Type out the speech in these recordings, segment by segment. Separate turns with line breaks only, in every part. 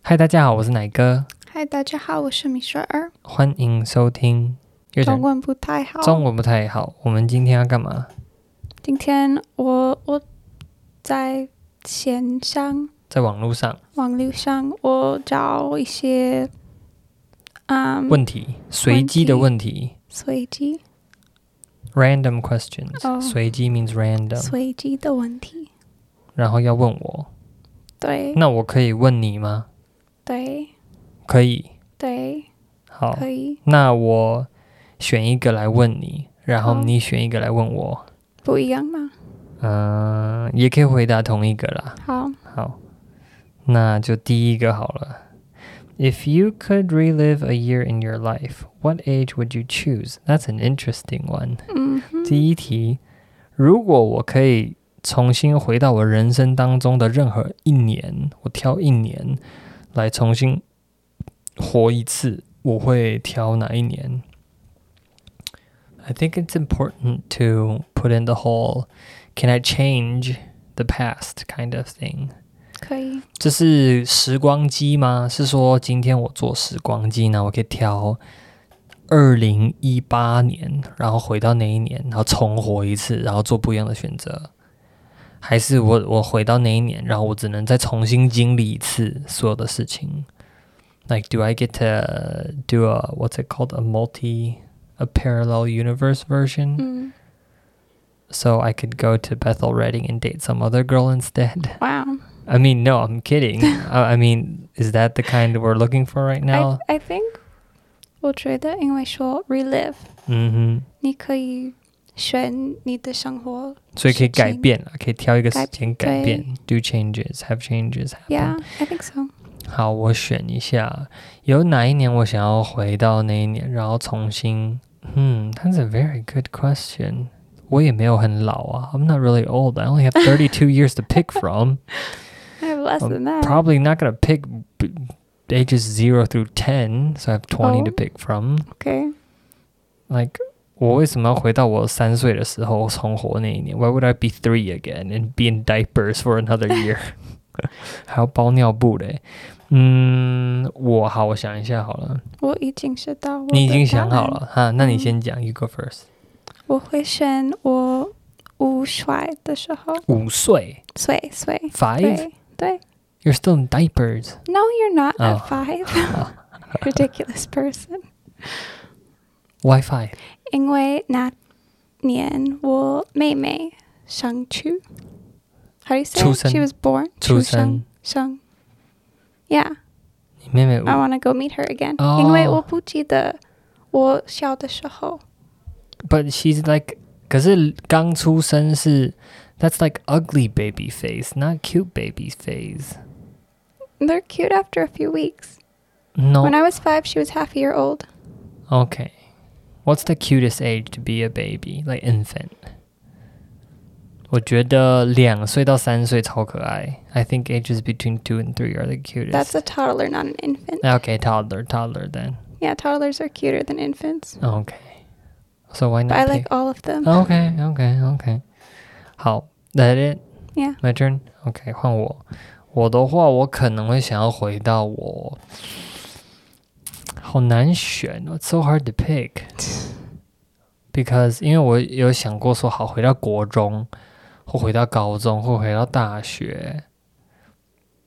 嗨，大家好，我是奶哥，
嗨，大家好，我是米雪儿。
欢迎收听。又讲
中文不太好。
中文不太好，我们今天要干嘛？
今天我我在线上
在网络上
网络上，我找一些嗯
问题，随机的问题
随机
，random questions，、
哦
随机 means random，
随机的问题。
然后要问我，
对
那我可以问你吗？
对
可以，
对，
好，
可以
那我选一个来问你，然后
好
你选一个来问我，
不一样吗？
嗯、也可以回答同一个啦。
好，
好，那就第一个好了。If you could relive a year in your life, what age would you choose? That's an interesting one.
嗯哼，
第一题，如果我可以重新回到我人生当中的任何一年，我挑一年来重新活一次，我会挑哪一年？I think it's important to put in the whole "Can I change the past" kind of thing.
可以，
这是时光机吗？是说今天我做时光机呢，我可以挑二零一八年，然后回到那一年，然后重活一次，然后做不一样的选择，还是我我回到那一年，然后我只能再重新经历一次所有的事情？Like, do I get to do a what's it called a multi a parallel universe version?
嗯，
So I could go to Bethel Reading and date some other girl instead.
哇、
I mean, no, I'm kidding. I, I mean, is that the kind we're looking for right now?
I I think，我觉得因为说 relive，
嗯哼，
你可以选你的生活
所以可以改
时间
变了，可以挑一个时
改
间改变，do changes, have changes happen.
，Yeah，I think so。
好，我选一下，有哪一年我想要回到那一年，然后重新，嗯，That's a very good question. 我也没有很老啊，I'm not really old. I only have thirty two years to pick from.
I have less
Um,
than that.
Probably not gonna pick b- ages zero through ten, so I have twenty to
Oh.
pick from.
Okay.
like 我为什么要回到我三岁的时候重活那一年？Why would I be three again and be in diapers for another year？还要包尿布嘞？嗯，我好，我想一下好了。
我已经知道我
你已
的
经
答
想好
案。
了哈？那你
嗯
先讲、y o u go first。
我会选我五岁的时候，
五岁
岁岁。
，five，you're
对对
still in diapers。
，No, you're not at
Oh.
five. Ridiculous person.
WiFi
因为那年我妹妹上去，How do you say?
出
it?
生
She was born.
出生
生生。Yeah,
你妹妹五
I want to go meet her again.
哦
因为我不记得我小的时候。
，but she's like，可是刚出生是，that's like ugly baby face，not cute baby face。
They're cute after a few weeks.
No
When I was five, she was half a year old.
Okay. What's the cutest age to be a baby, like infant? 我觉得两岁到三岁超可爱。I think ages between two and three are the cutest.
That's a toddler, not an infant.
okay, toddler, toddler then.
Yeah, toddlers are cuter than infants.
Okay. So why not?
But I
pick-
like all of them.
Okay, okay, okay. 好，That it.
Yeah.
My turn. OK，换我。我的话，我可能会想要回到我，好难选哦，It's so hard to pick。Because 因为我有想过说，好回到国中，或回到高中，或回到大学，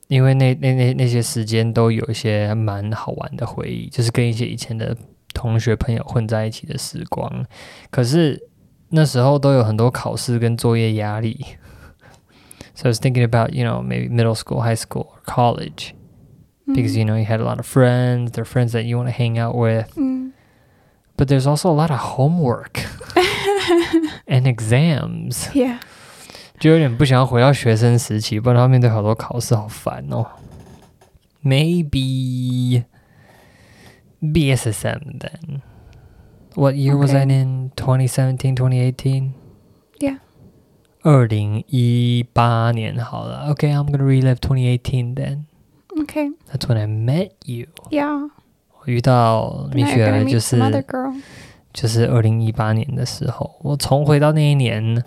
因为那那那那些时间都有一些蛮好玩的回忆，就是跟一些以前的同学朋友混在一起的时光。可是那时候都有很多考试跟作业压力。So I was thinking about, you know, maybe middle school, high school, or college,
Mm-hmm.
because, you know, you had a lot of friends, they're friends that you want to hang out with.
Mm.
But there's also a lot of homework and exams.
Yeah.
就有点不想要回到学生时期，不然要面对好多考试，好烦哦。Maybe BSSM then. What year was I
Okay.
in? 2017, 2018?
Yeah.
二零一八年好了。Okay, I'm gonna relive 2018 then.
Okay.
That's when I met you.
Yeah.
我遇到
And
米
now
雪
you're
儿
gonna
就
meet
是
some other girl.
就是二零一八年的时候，我重回到那一年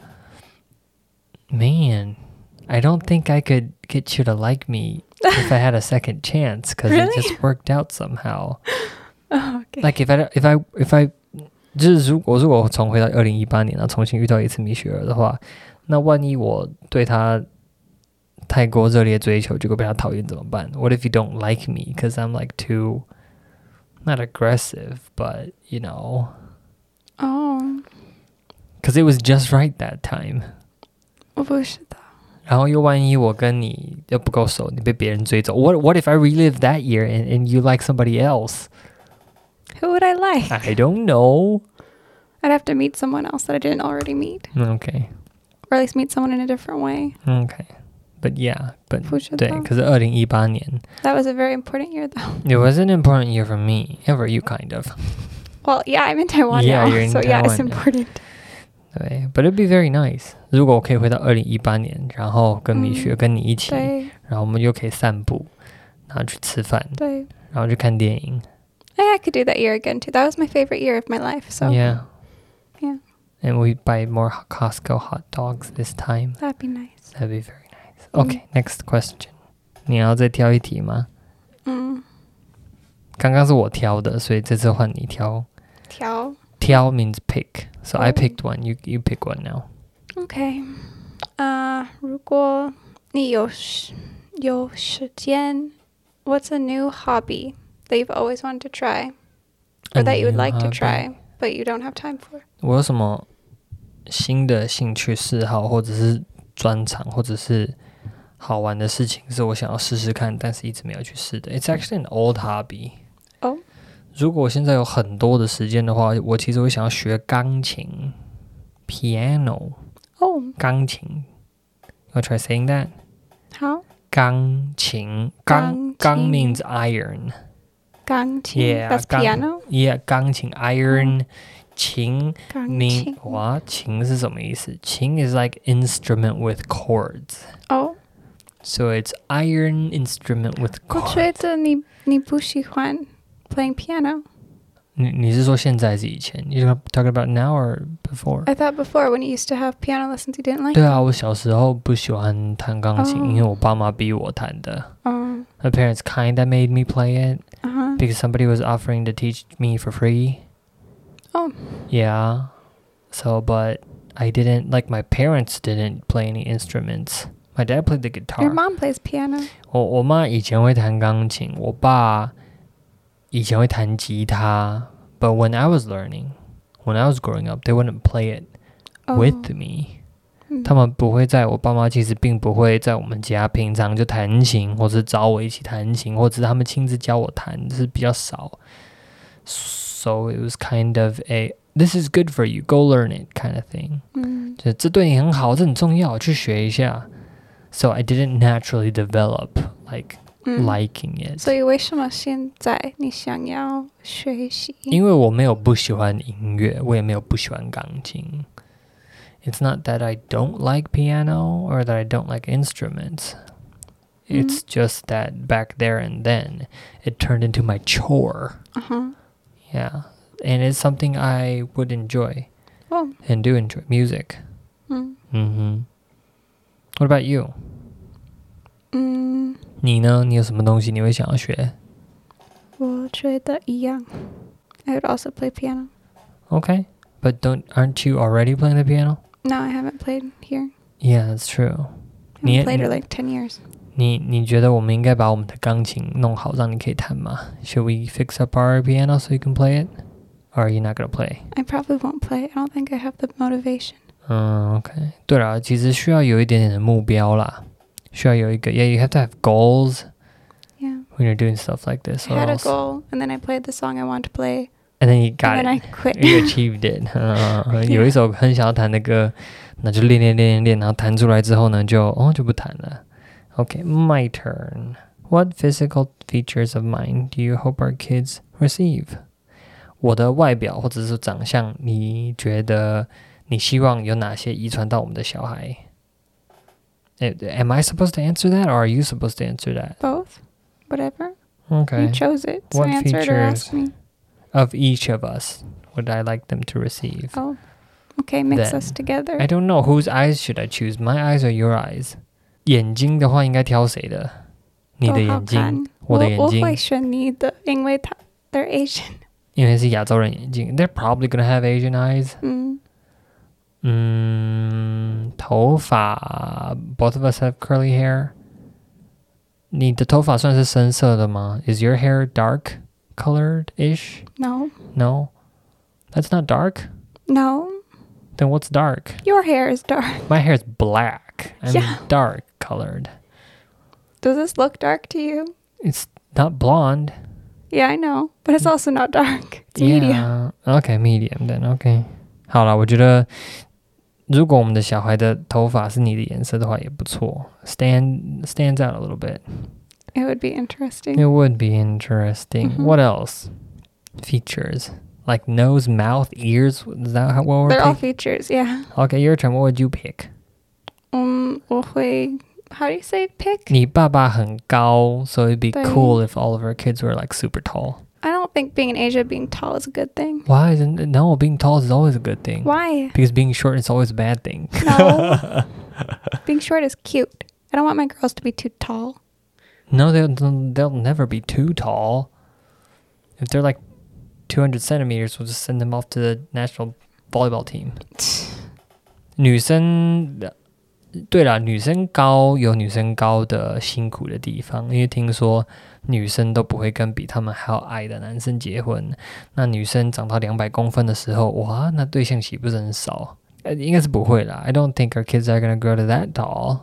，Man，I don't think I could get you to like me if I had a second chance because
Really?
it just worked out somehow.
Oh, okay.
Like if I if I if I 就是如果如果我重回到二零一八年，然后重新遇到一次米雪儿的话，那万一我对她太过热烈追求，结果被她讨厌怎么办？What if you don't like me? Because I'm like too not aggressive, but you know,
oh,
because it was just right that time.
我不知道。
然后又万一我跟你又不够熟，你被别人追走，What What if I relive that year and and you like somebody else?
Who would I like?
I don't know.
I'd have to meet someone else that I didn't already meet,
Okay,
or at least meet someone in a different way.
okay, but yeah, but
不知
对
道。
可是二零一八年
That was a very important year, though.
，It was an important year for me, ever you kind of.
Well, yeah, I'm in Taiwan
Yeah,
now,
you're in
so yeah, it's
Taiwan now.
important.
对，But it'd be very nice 如果我可以回到二零一八年，然后跟米
嗯
雪跟你一起，
对
然后我们又可以散步，然后去吃饭，
对
然后去看电影。
oh, I, I could do that year again too. That was my favorite year of my life. So
yeah,
yeah.
And we buy more Costco hot dogs this time.
that'd be nice.
That'd be very nice.
嗯
Okay, next question. 你要再挑一题吗？
Mm.
刚刚是我挑的，所以这次换你挑。
Tiao.
挑 means pick. So I
嗯
picked one. You you pick one now.
Okay. Uh, 如果你有时有时间 what's a new hobby that you've always wanted to try or
A
that you would
new
like to
hobby.
try but you don't have time for?
我有什么新的兴趣嗜好，或者是专长，或者是好玩的事情，是我想要试试看，但是一直没有去试的。It's
Mm.
actually an old hobby.
哦
如果我现在有很多的时间的话，我其实会想要学钢琴，piano，
Oh,
钢琴。You wanna try saying that?
好，
钢琴，钢钢
钢琴
means iron.
钢琴
Yeah,
that's
钢
piano.
Yeah，钢琴 iron，琴
钢琴
你哇，琴是什么意思？琴 is like instrument with chords,
Oh,
so it's iron instrument with
我
chords.
觉得你你不喜欢 playing piano.
你你是说现在还是以前？You talking about now or before？
I thought before when you used to have piano lessons you didn't like.
对啊，我小时候不喜欢弹钢琴
哦
因为我爸妈逼我弹的。
Um,
My parents kinda made me play it
uh-huh.
because somebody was offering to teach me for free.
Oh.
Yeah. So, but I didn't like my parents didn't play any instruments. My dad played the guitar.
Your mom plays piano.
我我妈以前会弹钢琴，我爸以前会弹吉他。But when I was learning, when I was growing up, they wouldn't play it
Oh.
with me.、
嗯
他们不会在我爸妈其实并不会在我们家平常就弹琴，或是找我一起弹琴，或者是他们亲自教我弹，是比较少。So it was kind of a this is good for you, go learn it kind of thing.
嗯
就这对你很好，这很重要，去学一下。So I didn't naturally develop like
嗯
liking it，、
所以为什么现在你想要学习？
因为我没有不喜欢音乐，我也没有不喜欢钢琴。It's not that I don't like piano or that I don't like instruments. It's just that back there and then it turned into my chore.
嗯哼，
Yeah. And it's something I would enjoy
哦，
and do enjoy music.
嗯
Mhm. What about you?
嗯，
你呢？你有什么东西你会想要学
我觉得一样。I would also play piano.
？Okay. But don't aren't you already playing the piano?
No, I haven't played here.
Yeah, that's true.
I haven't played
你
for like ten years.
你你觉得我们应该把我们的钢琴弄好，让你可以弹吗？Should we fix up our piano so you can play it? Or are you not gonna play?
I probably won't play. I don't think I have the motivation.
嗯，OK。对了，其实需要有一点点的目标啦，需要有一个。Yeah, you have to have goals
Yeah,
when you're doing stuff like this.
I
Or
had a
else,
goal, and then I played the song I want to play,
and then you got
and then I
it.
quit.
You achieved it 嗯。嗯嗯有一首很想要弹的歌，那就练练练练练，然后弹出来之后呢，就哦就不弹了。OK, my turn. What physical features of mine do you hope our kids receive? 我的外表或者是长相，你觉得你希望有哪些遗传到我们的小孩？Eh, Am I supposed to answer that, or are you supposed to answer that?
Both, whatever. You
Okay.
chose it, so
What
answer it or ask
features?
me.
Of each of us, would I like them to receive?
Oh, okay, mix
Then.
us together.
I don't know whose eyes should I choose. My eyes or your eyes? 眼睛的话应该挑谁的？你的眼睛，我的眼睛，
我我会选你的，因为他 they're Asian.
因为是亚洲人眼睛，They're probably gonna have Asian eyes。
嗯，
嗯，头发，Both of us have curly hair。你的头发算是深色的吗？Is your hair dark colored ish?
No,
No, that's not dark.
no,
Then what's dark?
your hair is dark.
My hair is black. I'm
Yeah.
dark colored.
Does this look dark to you?
It's not blonde.
Yeah, I know, but it's also not dark. It's medium.
Yeah. Okay, medium then. Okay. 好了，我觉得如果我们的小孩的头发是你的颜色的话，也不错。Stand stands out a little bit.
It would be interesting.
It would be interesting.
Mhm.
What else? Features like nose, mouth, ears. Is that how what we're
They're all
picking?
features. Yeah.
Okay, your turn. What would you pick?
嗯，我会 How do you say pick?
你爸爸很高, so it'd be
对。
cool if all of our kids were like super tall.
I don't think being in Asia being tall is a good thing.
Why isn't no being tall is always a good thing?
Why?
Because being short is always a bad thing.
No. being short is cute. I don't want my girls to be too tall.
No, they'll they'll they'll never be too tall. If they're like 200 centimeters, we'll just send them off to the national volleyball team. 女生，对了，女生高有女生高的辛苦的地方，因为听说女生都不会跟比他们还要矮的男生结婚。那女生长到两百公分的时候，哇，那对象岂不是很少？呃，应该是不会啦。I don't think our kids are gonna grow to that tall.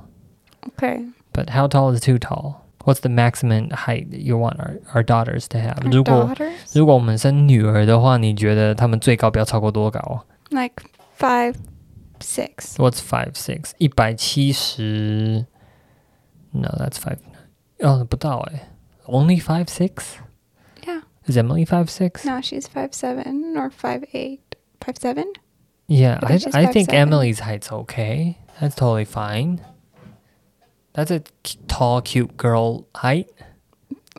Okay.
But how tall is too tall? What's the maximum height that you want our our daughters to have?
Our
如果
daughters
如果我们生女儿的话，你觉得她们最高不要超过多高
like five, six.
？What's five six？一百七十？No, that's five. 哦，不到诶、Only five six?
Yeah.
Is Emily five six?
No, she's five seven or five eight. Five seven?
Yeah,
I
I
think she's
I think
5'7".
Emily's height's okay. That's totally fine. That's a c- tall, cute girl height,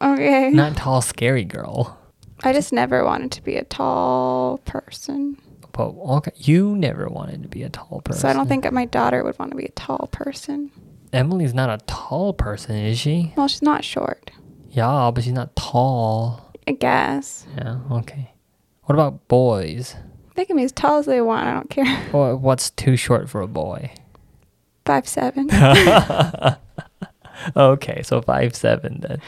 Okay.
not tall, scary girl.
I just never wanted to be a tall person.
But okay, you never wanted to be a tall person.
So I don't think that my daughter would want to be a tall person.
Emily's not a tall person, is she?
Well, she's not short,
Yeah, but she's not tall.
I guess.
Yeah, okay. What about boys?
They can be as tall as they want. I don't care.
Or what's too short for a boy?
Five seven.
Okay, so five seven then.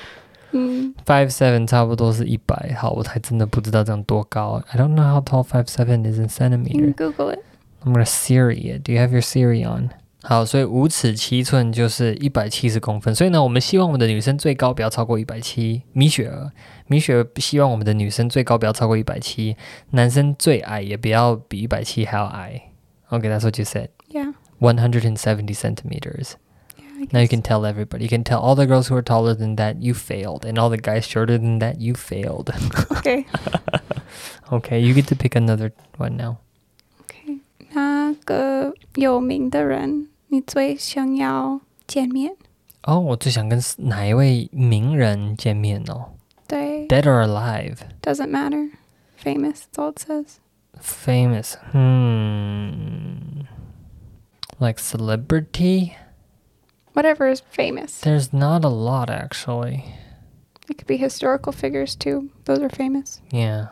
Mm.
Five seven 差不多是一百。好，我还真的不知道这样多高。I don't know how tall five seven is in
You can
centimeter.
Google it.
I'm gonna Siri it. Do you have your Siri on? 好，所以五尺七寸就是一百七十公分。所以呢，我们希望我们的女生最高不要超过一百七。米雪儿，米雪儿希望我们的女生最高不要超过一百七，男生最矮也不要比一百七还要矮。Okay, that's what you said.
Yeah.
One hundred and seventy centimeters.
Yeah. I
Now you
guess.
can tell everybody. You can tell all the girls who are taller than that you failed, and all the guys shorter than that you failed.
Okay.
Okay, you get to pick another one now.
Okay. 那个有名的人，你最想要见面？
哦，Oh, 我最想跟哪一位名人见面哦
对
？Dead or alive,
，doesn't matter. Famous, that's all it says.
famous, hmm, like celebrity.
Whatever is famous.
There's not a lot actually.
It could be historical figures too. Those are famous.
Yeah.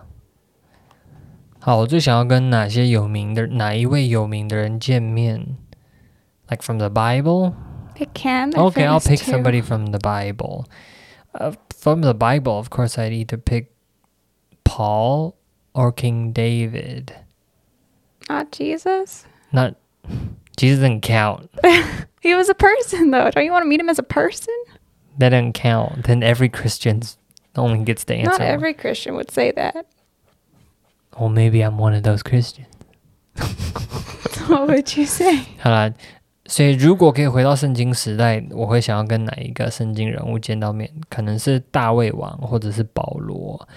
好，我最想要跟哪些有名的哪一位有名的人见面？Like from the Bible?
It can. they're
Okay, I'll
famous
pick
too.
somebody from the Bible. Uh, from the Bible, of course, I'd either pick Paul or King David.
Not Ah, Jesus.
Not Jesus doesn't count.
He was a person though. Don't you want to meet him as a person?
That doesn't count. Then every Christian's only gets to answer.
Not
one.
every Christian would say that.
Well, maybe I'm one of those Christians.
what would you say?
好啦，所以如果可以回到圣经时代，我会想要跟哪一个圣经人物见到面？可能是大卫王或者是保罗。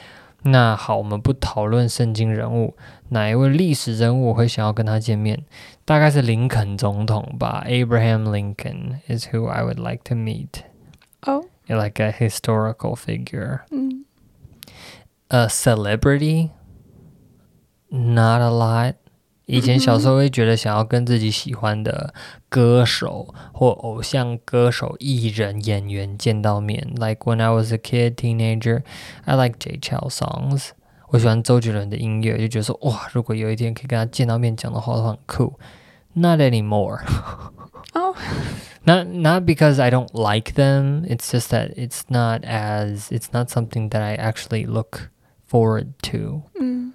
那好，我们不讨论圣经人物，哪一位历史人物我会想要跟他见面？大概是林肯总统吧，Abraham Lincoln is who I would like to meet,
Oh.
like a historical figure.
Mm.
a celebrity, not a lot. 以前小时候会觉得想要跟自己喜欢的歌手或偶像歌手、艺人、演员见到面。Like when I was a kid, teenager, I like J. Chou songs. 我喜欢周杰伦的音乐，就觉得说哇，如果有一天可以跟他见到面讲的话，都很酷。Not anymore.
哦
Not not because I don't like them. It's just that it's not as it's not something that I actually look forward to.
嗯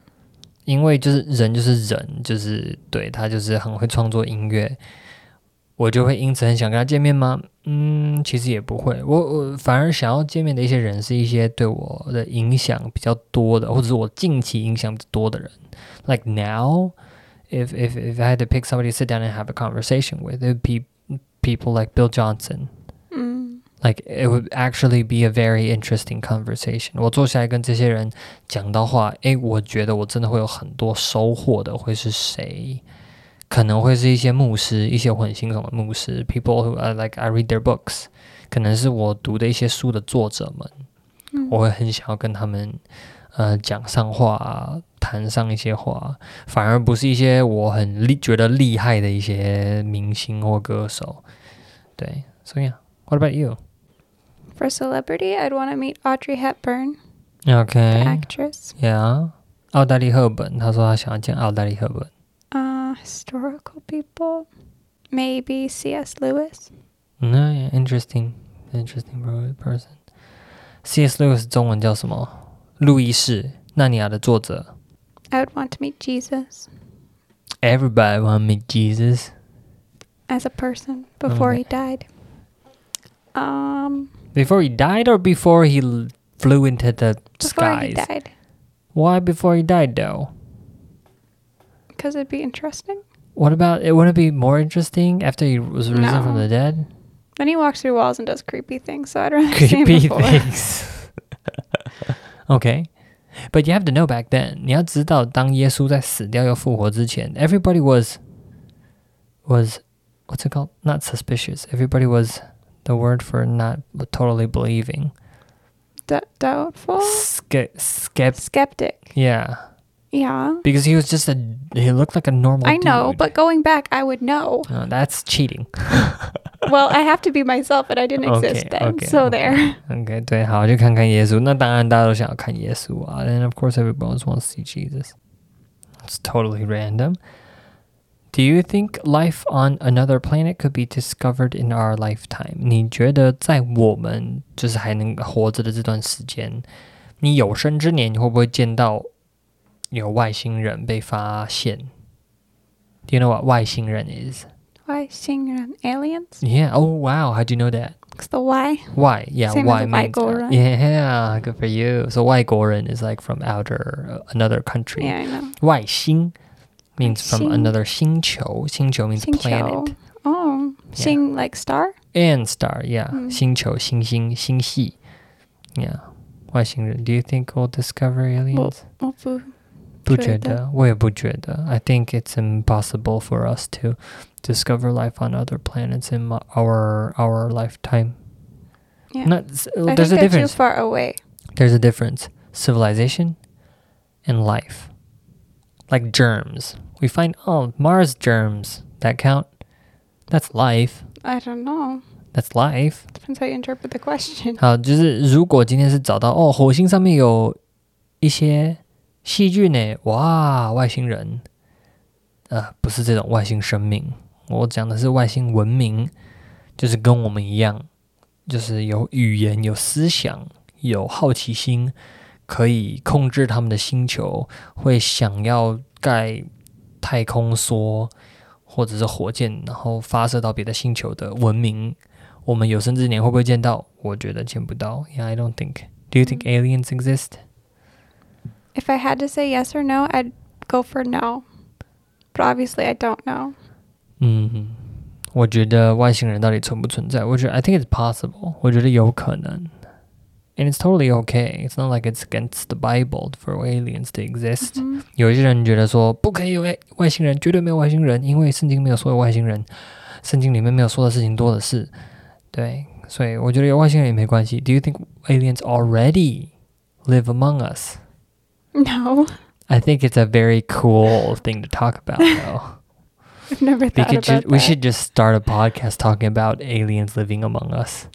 因为就是人就是人，就是对他就是很会创作音乐，我就会因此很想跟他见面吗？嗯，其实也不会，我我反而想要见面的一些人是一些对我的影响比较多的，或者是我近期影响比较多的人。Like now, if if if I had to pick somebody to sit down and have a conversation with, it would be people like Bill Johnson.
嗯
Like it would actually be a very interesting conversation. 我坐下来跟这些人讲到话，诶，我觉得我真的会有很多收获的。会是谁？可能会是一些牧师，一些我很欣赏的牧师，people who I like I read their books，可能是我读的一些书的作者们，
嗯
我会很想要跟他们呃讲上话、啊，谈上一些话，反而不是一些我很厉觉得厉害的一些明星或歌手。对，所以啊，What about you？
For celebrity, I'd want to meet Audrey Hepburn, the
OK，
actress.
呀，澳大利赫本，他说他想要见澳大利赫本。
Uh, historical people, maybe C.S. Lewis.
嗯，interesting，interesting per- person。C.S. Lewis 中文叫什么？路易士《纳尼亚》的作者。
I would want to meet Jesus
Everybody want meet Jesus。
as a person before
Okay.
he died. Um,
Before he died or before he l- flew into the
before
skies?
he died,
Why before he died though?
because it'd be interesting.
What about it? Wouldn't it be more interesting after he was risen from
No.
the dead?
Then he walks through walls and does creepy things, so I'd rather see him
creepy
before.
things. okay. But you have to know back then. 你要知道，当耶稣在死掉又复活之前 everybody was was what's it called? Not suspicious. Everybody was the word for not totally believing.
D- doubtful?
Ske- skept.
Skeptic.
Yeah,
Yeah.
because he was just a he looked like a normal.
I know,
dude.
but going back, I would know.
Oh, that's cheating.
well, I have to be myself, and I didn't exist
Okay,
then.
okay,
so
okay.
there.
Okay, 对，好，就看看耶稣。那当然，大家都想要看耶稣啊。And of course, everyone wants to see Jesus. It's totally random. Do you think life on another planet could be discovered in our lifetime? 你觉得在我们就是还能活着的这段时间，你有生之年，你会不会见到有外星人被发现？Do you know what 外星人 is?
Why singing on aliens?
Yeah. Oh wow. How do you know that?
Because the why.
Why? Yeah,
Same as
why
a
means
Uyghur,
uh,
right?
yeah, good for you. So 外国人 is like from outer uh, another country.
Yeah, I know.
外星 means from
外星。
another 星球.星球 means
Sing
planet
show. Oh,
Yeah.
sing like star.
and star. Yeah,
嗯。
星球星星星系. Yeah, 外星人. Do you think we'll discover aliens?
Oh, boo.
不觉得，我也不觉得. I think it's impossible for us to discover life on other planets in mo- our our lifetime.
Yeah.
Not, oh,
I
there's a
think they're
difference.
too far away.
there's a difference civilization and life like germs we find oh mars germs that count that's life
I don't know.
that's life
Depends how you interpret the question.
好，就是如果今天是找到哦，火星上面有一些细菌呢，哇，外星人，呃，不是这种外星生命，我讲的是外星文明，就是跟我们一样，就是有语言、有思想、有好奇心，可以控制他们的星球，会想要盖太空梭或者是火箭，然后发射到别的星球的文明，我们有生之年会不会见到？我觉得见不到。Yeah, I don't think. Do you think
嗯
aliens exist?
If I had to say yes or no, I'd go for no. But obviously, I don't know.
嗯，我觉得外星人到底存不存在？我觉得 I think it's possible. 我觉得有可能。And it's totally okay. It's not like it's against the Bible for aliens to exist.
Mhm.
有一些人觉得说不可以有外外星人，绝对没有外星人，因为圣经没有说有外星人，圣经里面没有说的事情多的是。对，所以我觉得有外星人也没关系。Do you think aliens already live among us?
No.
I I think it's a very cool thing to talk about, though.
I've never
We
thought
could
about
just,
that.
we should just start a podcast talking about aliens living among us,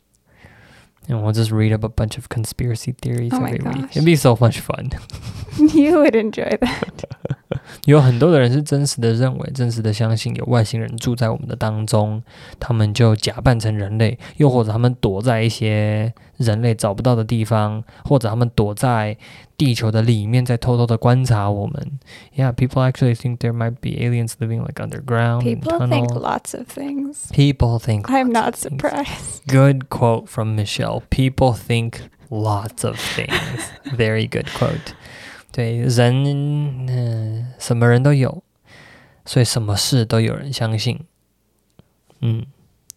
and we'll just read up a bunch of conspiracy theories
Oh my
every week.
gosh.
It'd be so much fun.
you would enjoy that.
有很多的人是真实的认为、真实的相信有外星人住在我们的当中，他们就假扮成人类，又或者他们躲在一些人类找不到的地方，或者他们躲在地球的里面，在偷偷的观察我们。Yeah, people actually think there might be aliens living like underground. in
People think
tunnels.
lots of things.
People think.
I'm not
lots of things.
surprised.
Good quote from Michelle. People think lots of things. Very good quote. 对人，嗯、什么人都有，所以什么事都有人相信。嗯，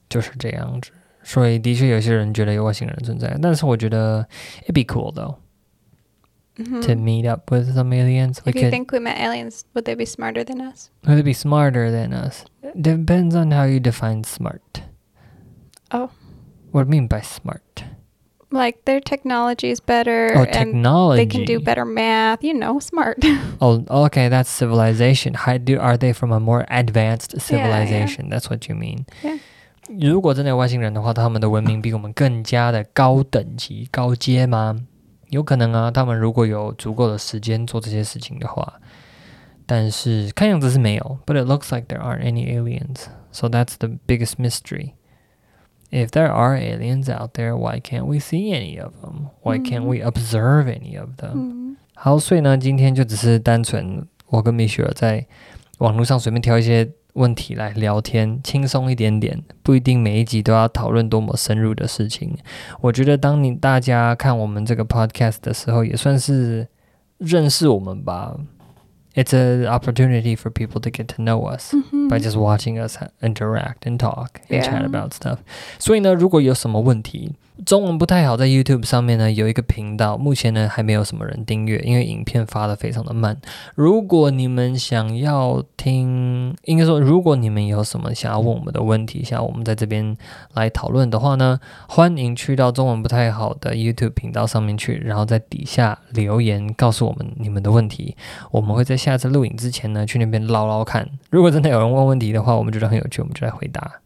就是这样子。所以的确有些人觉得有外星人存在，但是我觉得 it'd be cool though to
Mhm.
meet up with some aliens. We
If you
could
think we met aliens, would they be smarter than us?
would be smarter than us. Depends on how you define smart.
Oh.
What do you mean by smart?
Like their technology is better
Oh,
and
technology.
they can do better math, you know, smart.
Oh, okay, that's civilization. How do are they from a more advanced civilization? That's what you mean.
Yeah.
如果真的有外星人的话，他们的文明比我们更加的高等级、高阶吗？有可能啊，他们如果有足够的时间做这些事情的话，但是看样子是没有。But it looks like there aren't any aliens, so that's the biggest mystery. If there are aliens out there, why can't we see any of them? Why can't we observe any of them?
Mhm.
好，所以呢，今天就只是单纯我跟米雪儿在网络上随便挑一些问题来聊天，轻松一点点，不一定每一集都要讨论多么深入的事情。我觉得当你大家看我们这个 podcast 的时候，也算是认识我们吧。It's an opportunity for people to get to know us by just watching us interact and talk and chat
Yeah.
about stuff. 所以呢，如果有什么问题，中文不太好，在 YouTube 上面呢有一个频道，目前呢还没有什么人订阅，因为影片发的非常的慢。如果你们想要听，应该说，如果你们有什么想要问我们的问题，想要我们在这边来讨论的话呢，欢迎去到中文不太好的 YouTube 频道上面去，然后在底下留言告诉我们你们的问题。我们会在下次录影之前呢去那边捞捞看。如果真的有人问问题的话，我们觉得很有趣，我们就来回答。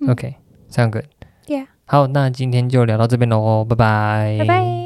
嗯
OK，sound、good。
Yeah.
好，那今天就聊到这边喽，拜拜，
Bye bye.